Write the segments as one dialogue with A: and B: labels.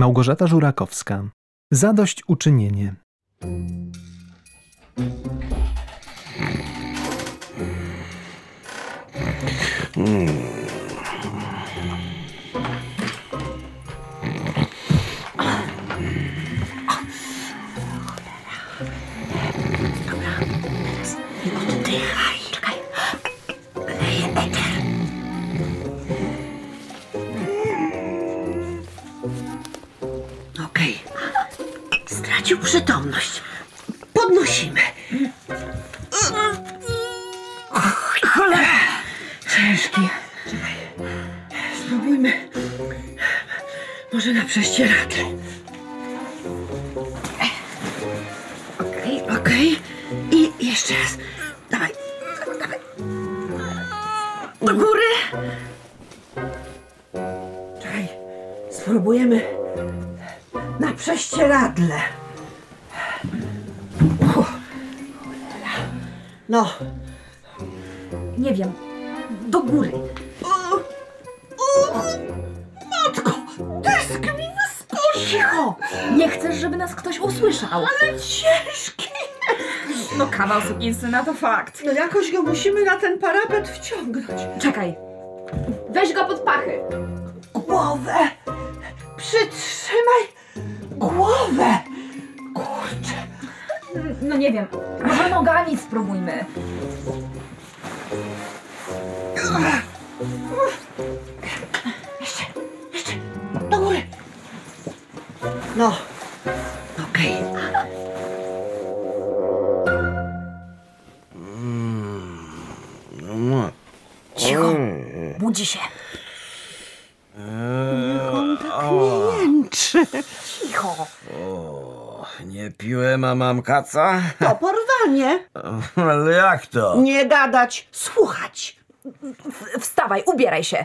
A: Małgorzata Żurakowska. Zadośćuczynienie.
B: Oddychaj. Czekaj. Leję eter. Okej. Stracił przytomność. Podnosimy. Och, cholera. Ciężki. Spróbujmy. Może na prześcieradle. Okej, okej. I jeszcze raz. Dawaj, dawaj. Do góry. Czekaj, spróbujemy na prześcieradle. Uch. No.
C: Nie wiem. Do góry.
B: O, o, matko, deska mi wyskoczyła.
C: Nie chcesz, żeby nas ktoś usłyszał.
B: Ale ciężki.
C: No kawał sukinsyna to fakt.
B: No jakoś go musimy na ten parapet wciągnąć.
C: Czekaj. Weź go pod pachy.
B: Głowę! Przytrzymaj głowę! Kurczę!
C: No nie wiem. Może nogami spróbujmy.
B: Jeszcze, jeszcze, do góry! No, okej.
C: Cicho. Budzi się.
B: Jęczy!
C: Cicho.
D: O, nie piłem, a mam kaca?
B: To porwanie!
D: Ale jak to?
B: Nie gadać, słuchać!
C: W- Wstawaj, ubieraj się.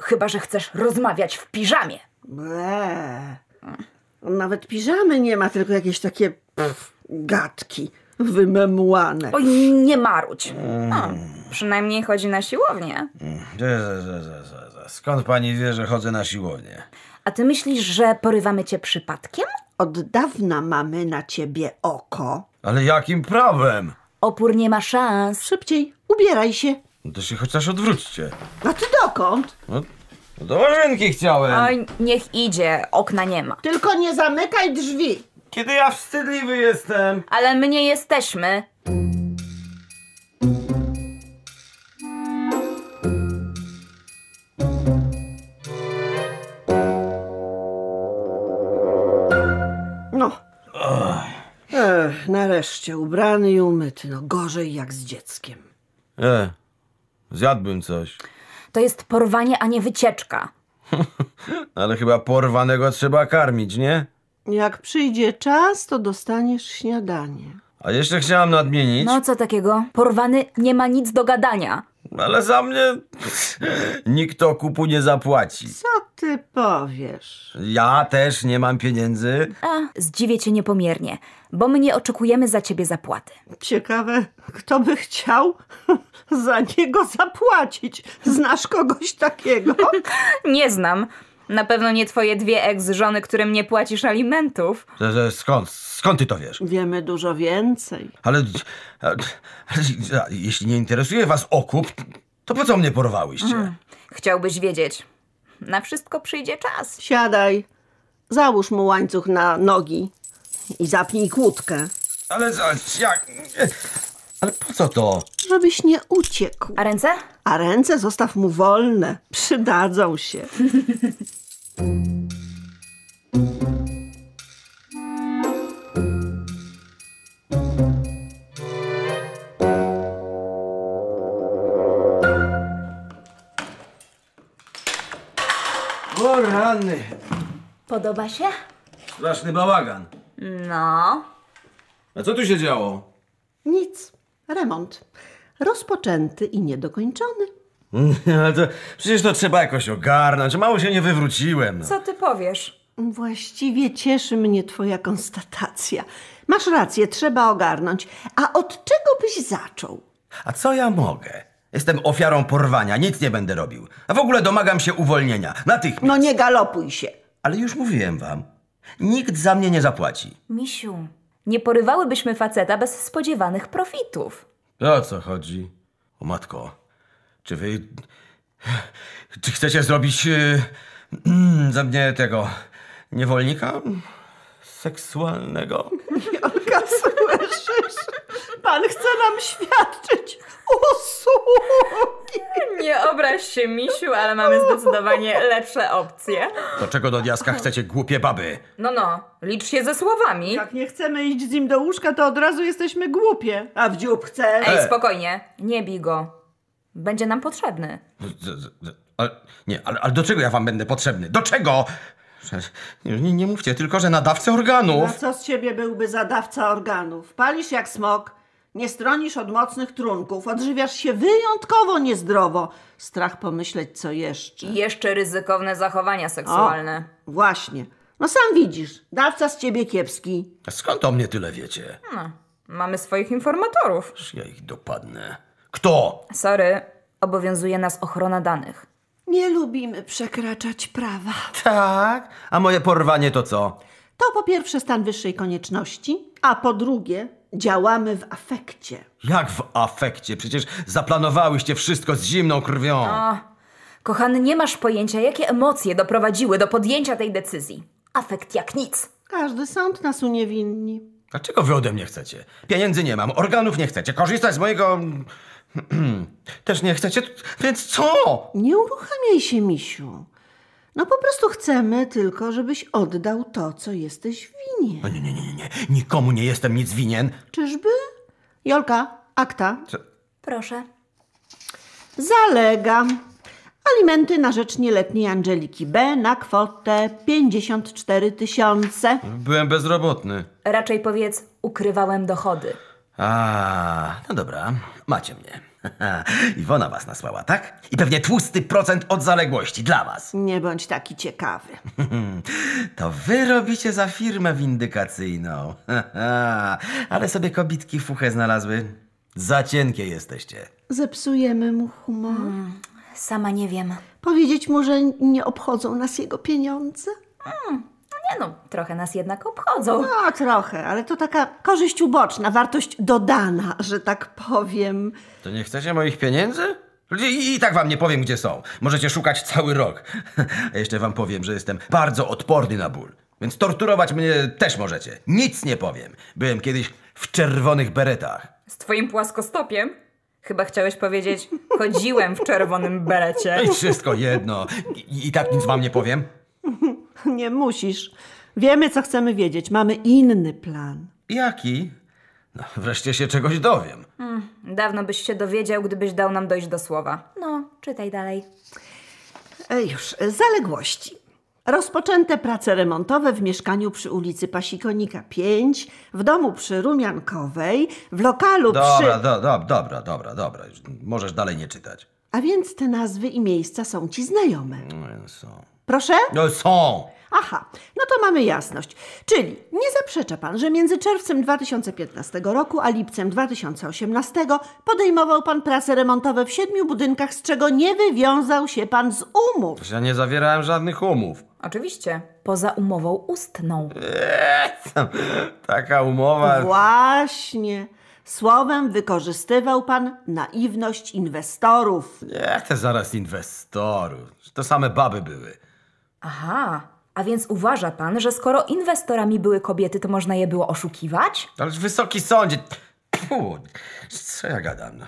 C: Chyba, że chcesz rozmawiać w piżamie.
B: Ble. On nawet piżamy nie ma, tylko jakieś takie pff, gadki wymemłane.
C: Oj, nie marudź. A, przynajmniej chodzi na siłownię.
D: Że, że, że, że, że, że. Skąd pani wie, że chodzę na siłownię?
C: A ty myślisz, że porywamy cię przypadkiem?
B: Od dawna mamy na ciebie oko.
D: Ale jakim prawem?
C: Opór nie ma szans.
B: Szybciej, ubieraj się.
D: No to się chociaż odwróćcie.
B: A ty dokąd?
D: No, no do łazienki chciałem.
C: Oj, niech idzie, okna nie ma.
B: Tylko nie zamykaj drzwi.
D: Kiedy ja wstydliwy jestem.
C: Ale my nie jesteśmy.
B: No. Ech, nareszcie ubrany i umyty. No gorzej jak z dzieckiem.
D: E, zjadłbym coś.
C: To jest porwanie, a nie wycieczka.
D: Ale chyba porwanego trzeba karmić, nie?
B: Jak przyjdzie czas, to dostaniesz śniadanie.
D: A jeszcze chciałam nadmienić,
C: No co takiego? Porwany nie ma nic do gadania.
D: ale za mnie nikt okupu nie zapłaci.
B: Co ty powiesz?
D: Ja też nie mam pieniędzy.
C: A, zdziwię cię niepomiernie, bo my nie oczekujemy za ciebie zapłaty.
B: Ciekawe, kto by chciał za niego zapłacić. Znasz kogoś takiego?
C: Nie znam. Na pewno nie twoje dwie ex-żony, którym nie płacisz alimentów.
D: Że, że, skąd? Skąd ty to wiesz?
B: Wiemy dużo więcej.
D: Ale, ale, ale jeśli nie interesuje was okup, to po co mnie porwałyście?
C: Mhm. Chciałbyś wiedzieć. Na wszystko przyjdzie czas.
B: Siadaj, załóż mu łańcuch na nogi i zapnij kłódkę,
D: Ale za- jak? Ale po co to?
B: żebyś nie uciekł.
C: A ręce?
B: A ręce zostaw mu wolne, przydadzą się.
D: O rany,
C: Podoba się?
D: straszny bałagan.
C: No.
D: A co tu się działo?
B: Nic, remont. Rozpoczęty i niedokończony.
D: Ale to, przecież to trzeba jakoś ogarnąć, mało się nie wywróciłem.
C: Co ty powiesz?
B: Właściwie cieszy mnie twoja konstatacja. Masz rację, trzeba ogarnąć. A od czego byś zaczął?
D: A co ja mogę? Jestem ofiarą porwania, nic nie będę robił. A w ogóle domagam się uwolnienia, natychmiast.
B: No nie No galopuj się.
D: Ale już mówiłem wam. Nikt za mnie nie zapłaci.
C: Misiu, nie porywałybyśmy faceta bez spodziewanych profitów.
D: No, O co chodzi? O matko, czy wy... Czy chcecie zrobić y, za mnie tego niewolnika seksualnego?
E: Jolka, słyszysz? Pan chce nam świadczyć usługi.
C: Nie obraź się, Misiu, ale mamy zdecydowanie lepsze opcje.
D: To czego do diaska chcecie, głupie baby?
C: No, no, licz się ze słowami.
B: Jak nie chcemy iść z nim do łóżka, to od razu jesteśmy głupie.
E: A w dziób chce?
C: Ej,
D: E.
C: spokojnie, nie bij go. Będzie nam potrzebny.
D: Z- z- z- Ale, nie, ale, ale do czego ja wam będę potrzebny? Do czego? Przecież Nie, nie mówcie, tylko że nadawcę
B: A
D: organów.
B: co z ciebie byłby zadawca organów? Palisz jak smok, nie stronisz od mocnych trunków, odżywiasz się wyjątkowo niezdrowo. Strach pomyśleć, co jeszcze.
C: I jeszcze ryzykowne zachowania seksualne.
B: Właśnie. No sam widzisz, dawca z ciebie kiepski.
D: Skąd o mnie tyle wiecie?
C: No, mamy swoich informatorów.
D: Aż ja ich dopadnę. Kto?
C: Sorry, obowiązuje nas ochrona danych.
B: Nie lubimy przekraczać prawa.
D: Tak? A moje porwanie to co?
B: To po pierwsze stan wyższej konieczności, a po drugie działamy w afekcie.
D: Jak w afekcie? Przecież zaplanowałyście wszystko z zimną krwią.
C: No. Kochany, nie masz pojęcia, jakie emocje doprowadziły do podjęcia tej decyzji. Afekt jak nic.
B: Każdy sąd nas uniewinni.
D: Dlaczego wy ode mnie chcecie? Pieniędzy nie mam, organów nie chcecie, korzystać z mojego... Też nie chcecie, więc co?
B: Nie uruchamiaj się, misiu. No po prostu chcemy tylko, żebyś oddał to, co jesteś winien.
D: O, nie, nie, nie, nie, nie, nikomu nie jestem nic winien.
B: Czyżby? Jolka, akta.
C: Proszę.
B: Zalegam. Alimenty na rzecz nieletniej Angeliki B na kwotę 54 tysiące.
D: Byłem bezrobotny.
C: Raczej powiedz, ukrywałem dochody.
D: A, no dobra, macie mnie. Iwona was nasłała, tak? I pewnie tłusty procent od zaległości dla was.
B: Nie bądź taki ciekawy.
D: To wy robicie za firmę windykacyjną. Ale sobie kobitki fuchę znalazły. Za cienkie jesteście.
B: Zepsujemy mu humor.
C: Sama nie wiem.
B: Powiedzieć mu, że nie obchodzą nas jego pieniądze?
C: Nie no, trochę nas jednak obchodzą.
B: No, trochę, ale to taka korzyść uboczna, wartość dodana, że tak powiem.
D: To nie chcecie moich pieniędzy? I, I tak wam nie powiem, gdzie są. Możecie szukać cały rok. A jeszcze wam powiem, że jestem bardzo odporny na ból. Więc torturować mnie też możecie. Nic nie powiem. Byłem kiedyś w czerwonych beretach.
C: Z twoim płaskostopiem? Chyba chciałeś powiedzieć, chodziłem w czerwonym berecie.
D: No i wszystko jedno. I, I tak nic wam nie powiem.
B: Nie musisz. Wiemy, co chcemy wiedzieć. Mamy inny plan.
D: Jaki? No, wreszcie się czegoś dowiem.
C: Hmm, Dawno byś się dowiedział, gdybyś dał nam dojść do słowa. No, czytaj dalej.
B: E, Już, e, zaległości. Rozpoczęte prace remontowe w mieszkaniu przy ulicy Pasikonika 5, w domu przy Rumiankowej, w lokalu
D: Dobra,
B: przy...
D: do, do, dobra, dobra, dobra. Już Możesz dalej nie czytać.
B: A więc te nazwy i miejsca są ci znajome.
D: No, Są.
B: Proszę?
D: No są!
B: Aha, no to mamy jasność. Czyli nie zaprzecza pan, że między czerwcem 2015 roku a lipcem 2018 podejmował pan prace remontowe w siedmiu budynkach, z czego nie wywiązał się pan z umów.
D: Ja nie zawierałem żadnych umów.
C: Oczywiście. Poza umową ustną.
D: Taka umowa...
B: Właśnie. Słowem wykorzystywał pan naiwność inwestorów.
D: Nie, te zaraz inwestorów. To same baby były.
C: Aha, a więc uważa pan, że skoro inwestorami były kobiety, to można je było oszukiwać?
D: Ale wysoki sądzie... Pfu, co ja gadam? No,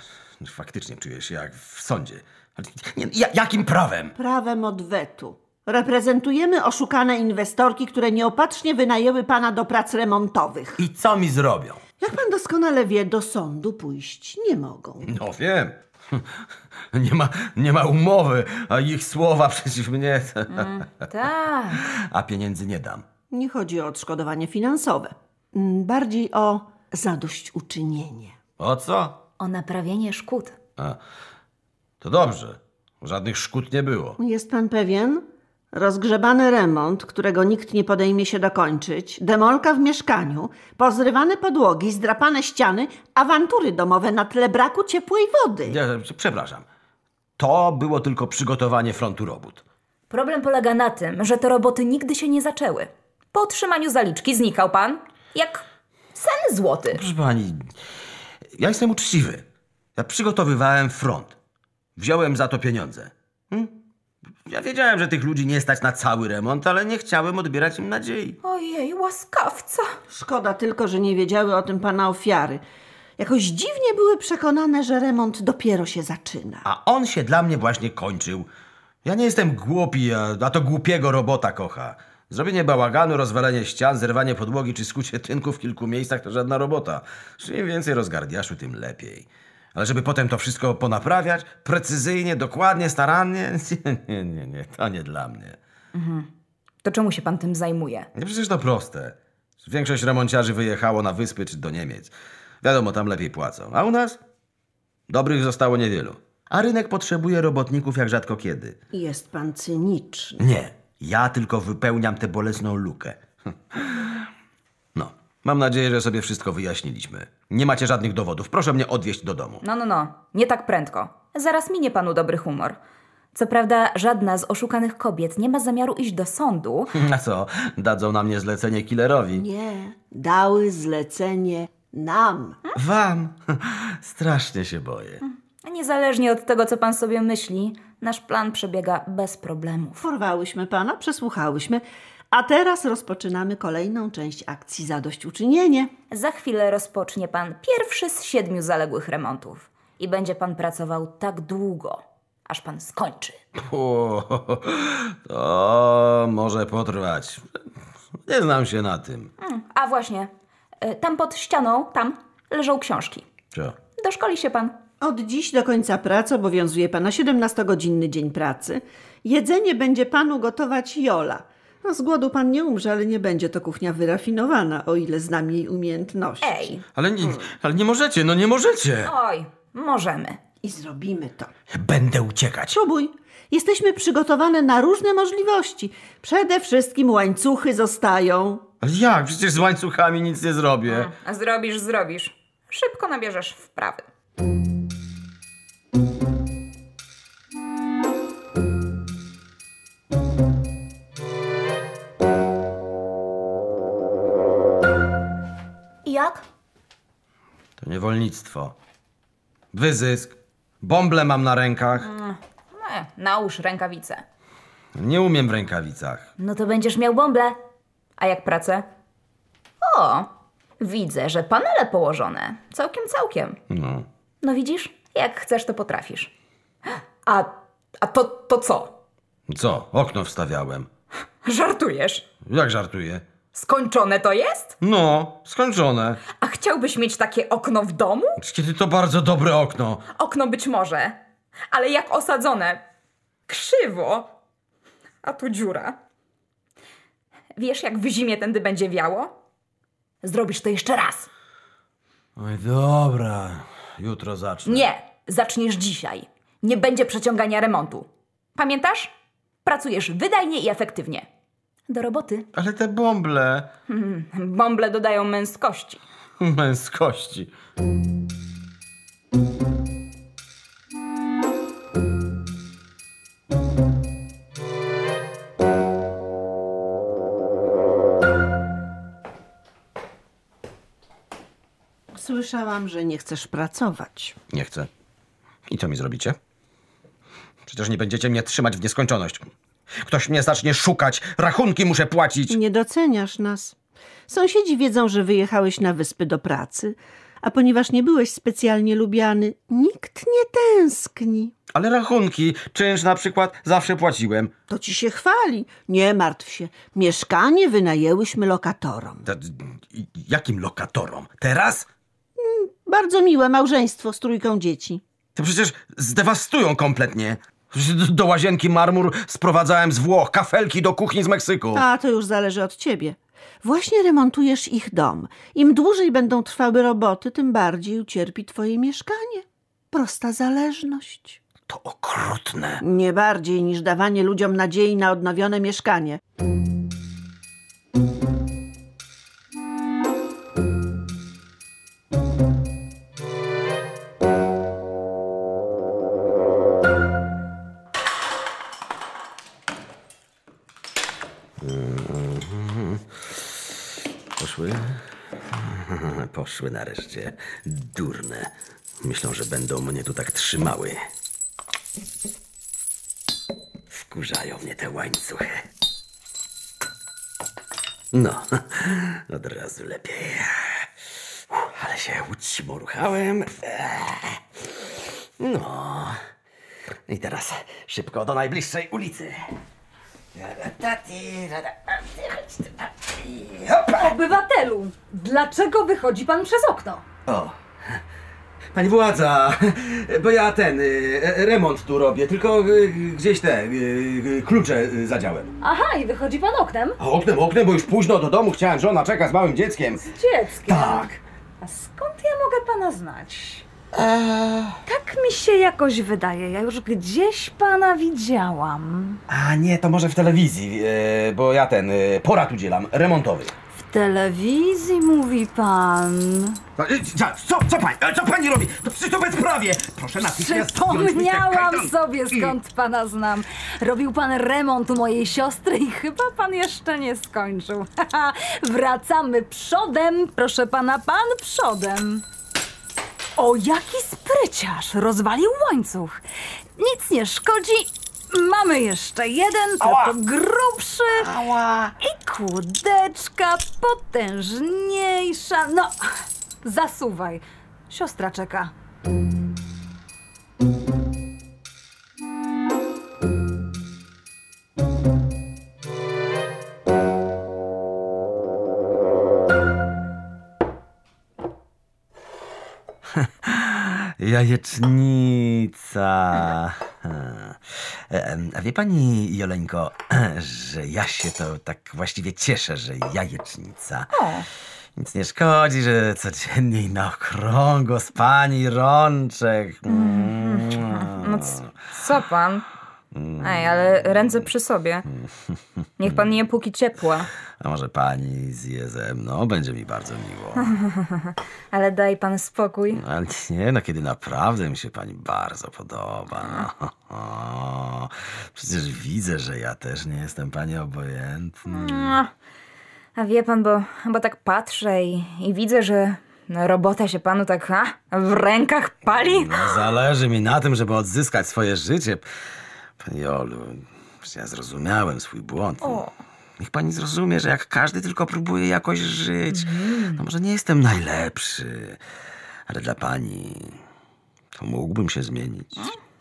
D: Faktycznie czuję się jak w sądzie. Ale Nie, ja- jakim prawem?
B: Prawem odwetu. Reprezentujemy oszukane inwestorki, które nieopatrznie wynajęły pana do prac remontowych.
D: I co mi zrobią?
B: Jak pan doskonale wie, do sądu pójść nie mogą.
D: No wiem. Nie ma, nie ma umowy, a ich słowa przeciw mnie.
C: Tak.
D: A pieniędzy nie dam.
B: Nie chodzi o odszkodowanie finansowe, Mm, bardziej o zadośćuczynienie.
D: O co?
C: O naprawienie szkód.
D: To dobrze. Żadnych szkód nie było.
B: Jest pan pewien? Rozgrzebany remont, którego nikt nie podejmie się dokończyć, demolka w mieszkaniu, pozrywane podłogi, zdrapane ściany, awantury domowe na tle braku ciepłej wody.
D: Ja, przepraszam. To było tylko przygotowanie frontu robót.
C: Problem polega na tym, że te roboty nigdy się nie zaczęły. Po otrzymaniu zaliczki znikał pan jak sen złoty.
D: Proszę pani, ja jestem uczciwy. Ja przygotowywałem front. Wziąłem za to pieniądze. Hm? Ja wiedziałem, że tych ludzi nie stać na cały remont, ale nie chciałem odbierać im nadziei.
C: Ojej, łaskawca.
B: Szkoda tylko, że nie wiedziały o tym pana ofiary. Jakoś dziwnie były przekonane, że remont dopiero się zaczyna.
D: A on się dla mnie właśnie kończył. Ja nie jestem głupi, a, a to głupiego robota kocha. Zrobienie bałaganu, rozwalenie ścian, zerwanie podłogi czy skucie tynku w kilku miejscach to żadna robota. Im więcej rozgardiaszu, tym lepiej. Ale żeby potem to wszystko ponaprawiać, precyzyjnie, dokładnie, starannie, nie, nie, nie, to nie dla mnie.
C: To czemu się pan tym zajmuje?
D: Nie przecież to proste. Większość remonciarzy wyjechało na wyspy czy do Niemiec. Wiadomo, tam lepiej płacą. A u nas? Dobrych zostało niewielu. A rynek potrzebuje robotników jak rzadko kiedy.
B: Jest pan cyniczny.
D: Nie, ja tylko wypełniam tę bolesną lukę. No, mam nadzieję, że sobie wszystko wyjaśniliśmy. Nie macie żadnych dowodów. Proszę mnie odwieźć do domu.
C: No, no, no, nie tak prędko. Zaraz minie panu dobry humor. Co prawda, żadna z oszukanych kobiet nie ma zamiaru iść do sądu,
D: Na co? Dadzą na mnie zlecenie killerowi.
B: Nie, dały zlecenie nam.
D: Wam? Strasznie się boję.
C: Niezależnie od tego, co pan sobie myśli, nasz plan przebiega bez problemów.
B: Porwałyśmy pana, przesłuchałyśmy, a teraz rozpoczynamy kolejną część akcji Zadośćuczynienie.
C: Za chwilę rozpocznie pan pierwszy z siedmiu zaległych remontów i będzie pan pracował tak długo, aż pan skończy.
D: O, to może potrwać. Nie znam się na tym.
C: Mm, A właśnie, y, tam pod ścianą, tam leżą książki.
D: Co?
C: Doszkoli się pan.
B: Od dziś do końca pracy obowiązuje pana 17-godzinny dzień pracy. Jedzenie będzie panu gotować Jola. No, z głodu pan nie umrze, ale nie będzie to kuchnia wyrafinowana, o ile znam jej umiejętności.
C: Ej,
D: Ale nie, ale nie możecie, no nie możecie.
C: oj, możemy.
B: I zrobimy to.
D: Będę uciekać.
B: Próbuj. Jesteśmy przygotowane na różne możliwości. Przede wszystkim łańcuchy zostają.
D: Ale jak? Przecież z łańcuchami nic nie zrobię.
C: Zrobisz, zrobisz. Szybko nabierzesz wprawy. Jak?
D: To niewolnictwo. Wyzysk. Bąble mam na rękach.
C: E, nałóż rękawice.
D: Nie umiem w rękawicach.
C: No to będziesz miał bąble. A jak pracę? O, widzę, że panele położone. Całkiem, całkiem.
D: No.
C: No widzisz, jak chcesz, to potrafisz. A, a to, to co?
D: Co? Okno wstawiałem.
C: Żartujesz?
D: Jak żartuję?
C: Skończone to jest?
D: No, skończone.
C: A chciałbyś mieć takie okno w domu?
D: Kiedy to bardzo dobre okno.
C: Okno być może, ale jak osadzone. Krzywo. A tu dziura. Wiesz, jak w zimie tędy będzie wiało? Zrobisz to jeszcze raz.
D: Oj, dobra. Jutro zacznę.
C: Nie, zaczniesz dzisiaj. Nie będzie przeciągania remontu. Pamiętasz? Pracujesz wydajnie i efektywnie. Do roboty.
D: Ale te bąble.
C: Bąble dodają męskości.
D: męskości.
B: Słyszałam, że nie chcesz pracować.
D: Nie chcę. I co mi zrobicie? Przecież nie będziecie mnie trzymać w nieskończoność. Ktoś mnie zacznie szukać, rachunki muszę płacić.
B: Nie doceniasz nas. Sąsiedzi wiedzą, że wyjechałeś na wyspy do pracy, a ponieważ nie byłeś specjalnie lubiany, nikt nie tęskni.
D: Ale rachunki, czynsz na przykład, zawsze płaciłem.
B: To ci się chwali. Nie martw się. Mieszkanie wynajęłyśmy lokatorom.
D: Te- Jakim lokatorom? Teraz?
B: Bardzo miłe małżeństwo z trójką dzieci.
D: To przecież zdewastują kompletnie. Do- Do łazienki marmur sprowadzałem z Włoch, kafelki do kuchni z Meksyku.
B: A to już zależy od ciebie. Właśnie remontujesz ich dom. Im dłużej będą trwały roboty, tym bardziej ucierpi twoje mieszkanie. Prosta zależność.
D: To okrutne.
B: Nie bardziej niż dawanie ludziom nadziei na odnowione mieszkanie.
D: poszły? Poszły nareszcie. Durne. Myślą, że będą mnie tu tak trzymały. Wkurzają mnie te łańcuchy. No, od razu lepiej. Uff, Ale się uczciwo ruchałem. No. I teraz szybko do najbliższej ulicy.
F: Obywatelu, dlaczego wychodzi pan przez okno?
D: O. Pani władza, bo ja ten y, remont tu robię, tylko y, gdzieś te y, y, klucze y, zadziałem.
F: Aha, i wychodzi pan oknem?
D: A oknem, oknem, bo już późno do domu chciałem, żona czeka z małym dzieckiem.
F: Z dzieckiem.
D: Tak.
F: A skąd ja mogę pana znać? Tak mi się jakoś wydaje, ja już gdzieś pana widziałam.
D: A nie, to może w telewizji, y, bo ja ten y, porad udzielam, remontowy.
F: W telewizji mówi pan.
D: No, y, Co, co, co, pani, e, co pani robi? To przecież to bezprawie! Proszę natychmiast zdjąć mi te
F: Przypomniałam
D: kajdanki.
F: sobie skąd pana znam. Robił pan remont u mojej siostry i chyba pan jeszcze nie skończył. Haha, Wracamy przodem, proszę pana, pan przodem. O, jaki spryciarz! Rozwalił łańcuch. Nic nie szkodzi. Mamy jeszcze jeden, tylko grubszy. I kłódeczka potężniejsza. No, zasuwaj. Siostra czeka.
D: Jajecznica. Em, A wie pani, Joleńko, że ja się to tak właściwie cieszę, że jajecznica. Nic nie szkodzi, że codziennie i na okrągło z pani rączek. Mm.
C: No c- co pan? Ej, ale ręce przy sobie. Niech pan nie póki ciepła.
D: A może pani zje ze mną? Będzie mi bardzo miło.
C: Ale daj pan spokój.
D: No, Ale nie, no kiedy naprawdę mi się pani bardzo podoba. No, o, przecież widzę, że ja też nie jestem pani obojętny.
C: A wie pan, bo, bo tak patrzę i, i widzę, że no, robota się panu tak ha, w rękach pali.
D: No, zależy mi na tym, żeby odzyskać swoje życie. Pani Olu, przecież ja zrozumiałem swój błąd. No, Niech pani zrozumie, że jak każdy tylko próbuje jakoś żyć, no może nie jestem najlepszy, ale dla pani to mógłbym się zmienić.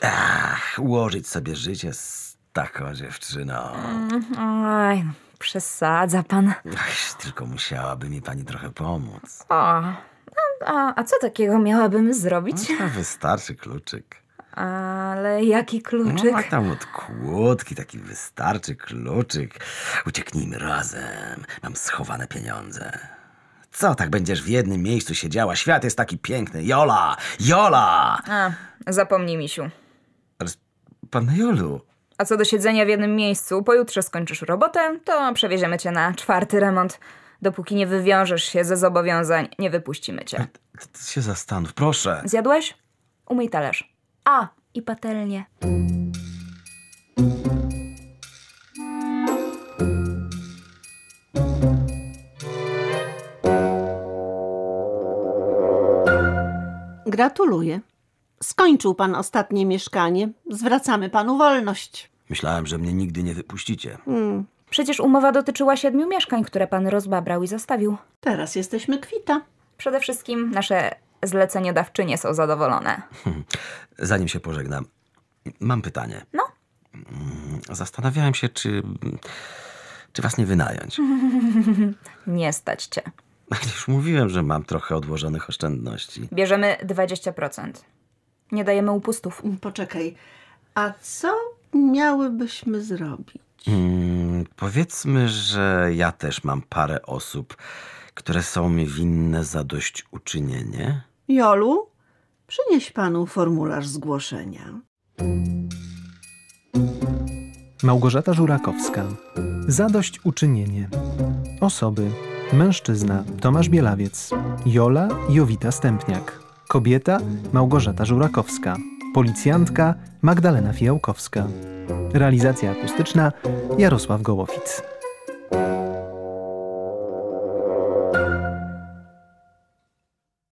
D: Ach, ułożyć sobie życie z taką dziewczyną.
C: Mm. Oj, no, przesadza pan.
D: Ach, tylko musiałaby mi pani trochę pomóc.
C: O, no, a, a co takiego miałabym zrobić?
D: To wystarczy kluczyk.
C: Ale jaki kluczyk?
D: No, a tam od kłódki taki wystarczy kluczyk. Ucieknijmy razem. Mam schowane pieniądze. Co tak będziesz w jednym miejscu siedziała? Świat jest taki piękny. Jola! Jola!
C: A, zapomnij, misiu.
D: Ale s- pan Jolu,
C: A co do siedzenia w jednym miejscu, pojutrze skończysz robotę, to przewieziemy cię na czwarty remont. Dopóki nie wywiążesz się ze zobowiązań, nie wypuścimy cię.
D: ty- ty się zastanów, proszę.
C: Zjadłeś? Umyj talerz. A, i patelnię.
B: Gratuluję. Skończył pan ostatnie mieszkanie. Zwracamy panu wolność.
D: Myślałem, że mnie nigdy nie wypuścicie.
C: Przecież umowa dotyczyła siedmiu mieszkań, które pan rozbabrał i zostawił.
B: Teraz jesteśmy kwita.
C: Przede wszystkim nasze zleceniodawczynie są zadowolone.
D: Zanim się pożegnam, mam pytanie.
C: No.
D: Mm, Zastanawiałem się, czy. czy was nie wynająć.
C: Nie stać cię.
D: Już mówiłem, że mam trochę odłożonych oszczędności.
C: Bierzemy 20%. Nie dajemy upustów.
B: Poczekaj. A co miałybyśmy zrobić?
D: Mm, powiedzmy, że ja też mam parę osób, które są mi winne za dość uczynienie.
B: Jolu, przynieś panu formularz zgłoszenia.
A: Małgorzata Żurakowska. Zadośćuczynienie. Osoby. Mężczyzna Tomasz Bielawiec. Jola Jowita Stępniak. Kobieta Małgorzata Żurakowska. Policjantka Magdalena Fijałkowska. Realizacja akustyczna Jarosław Gołowic.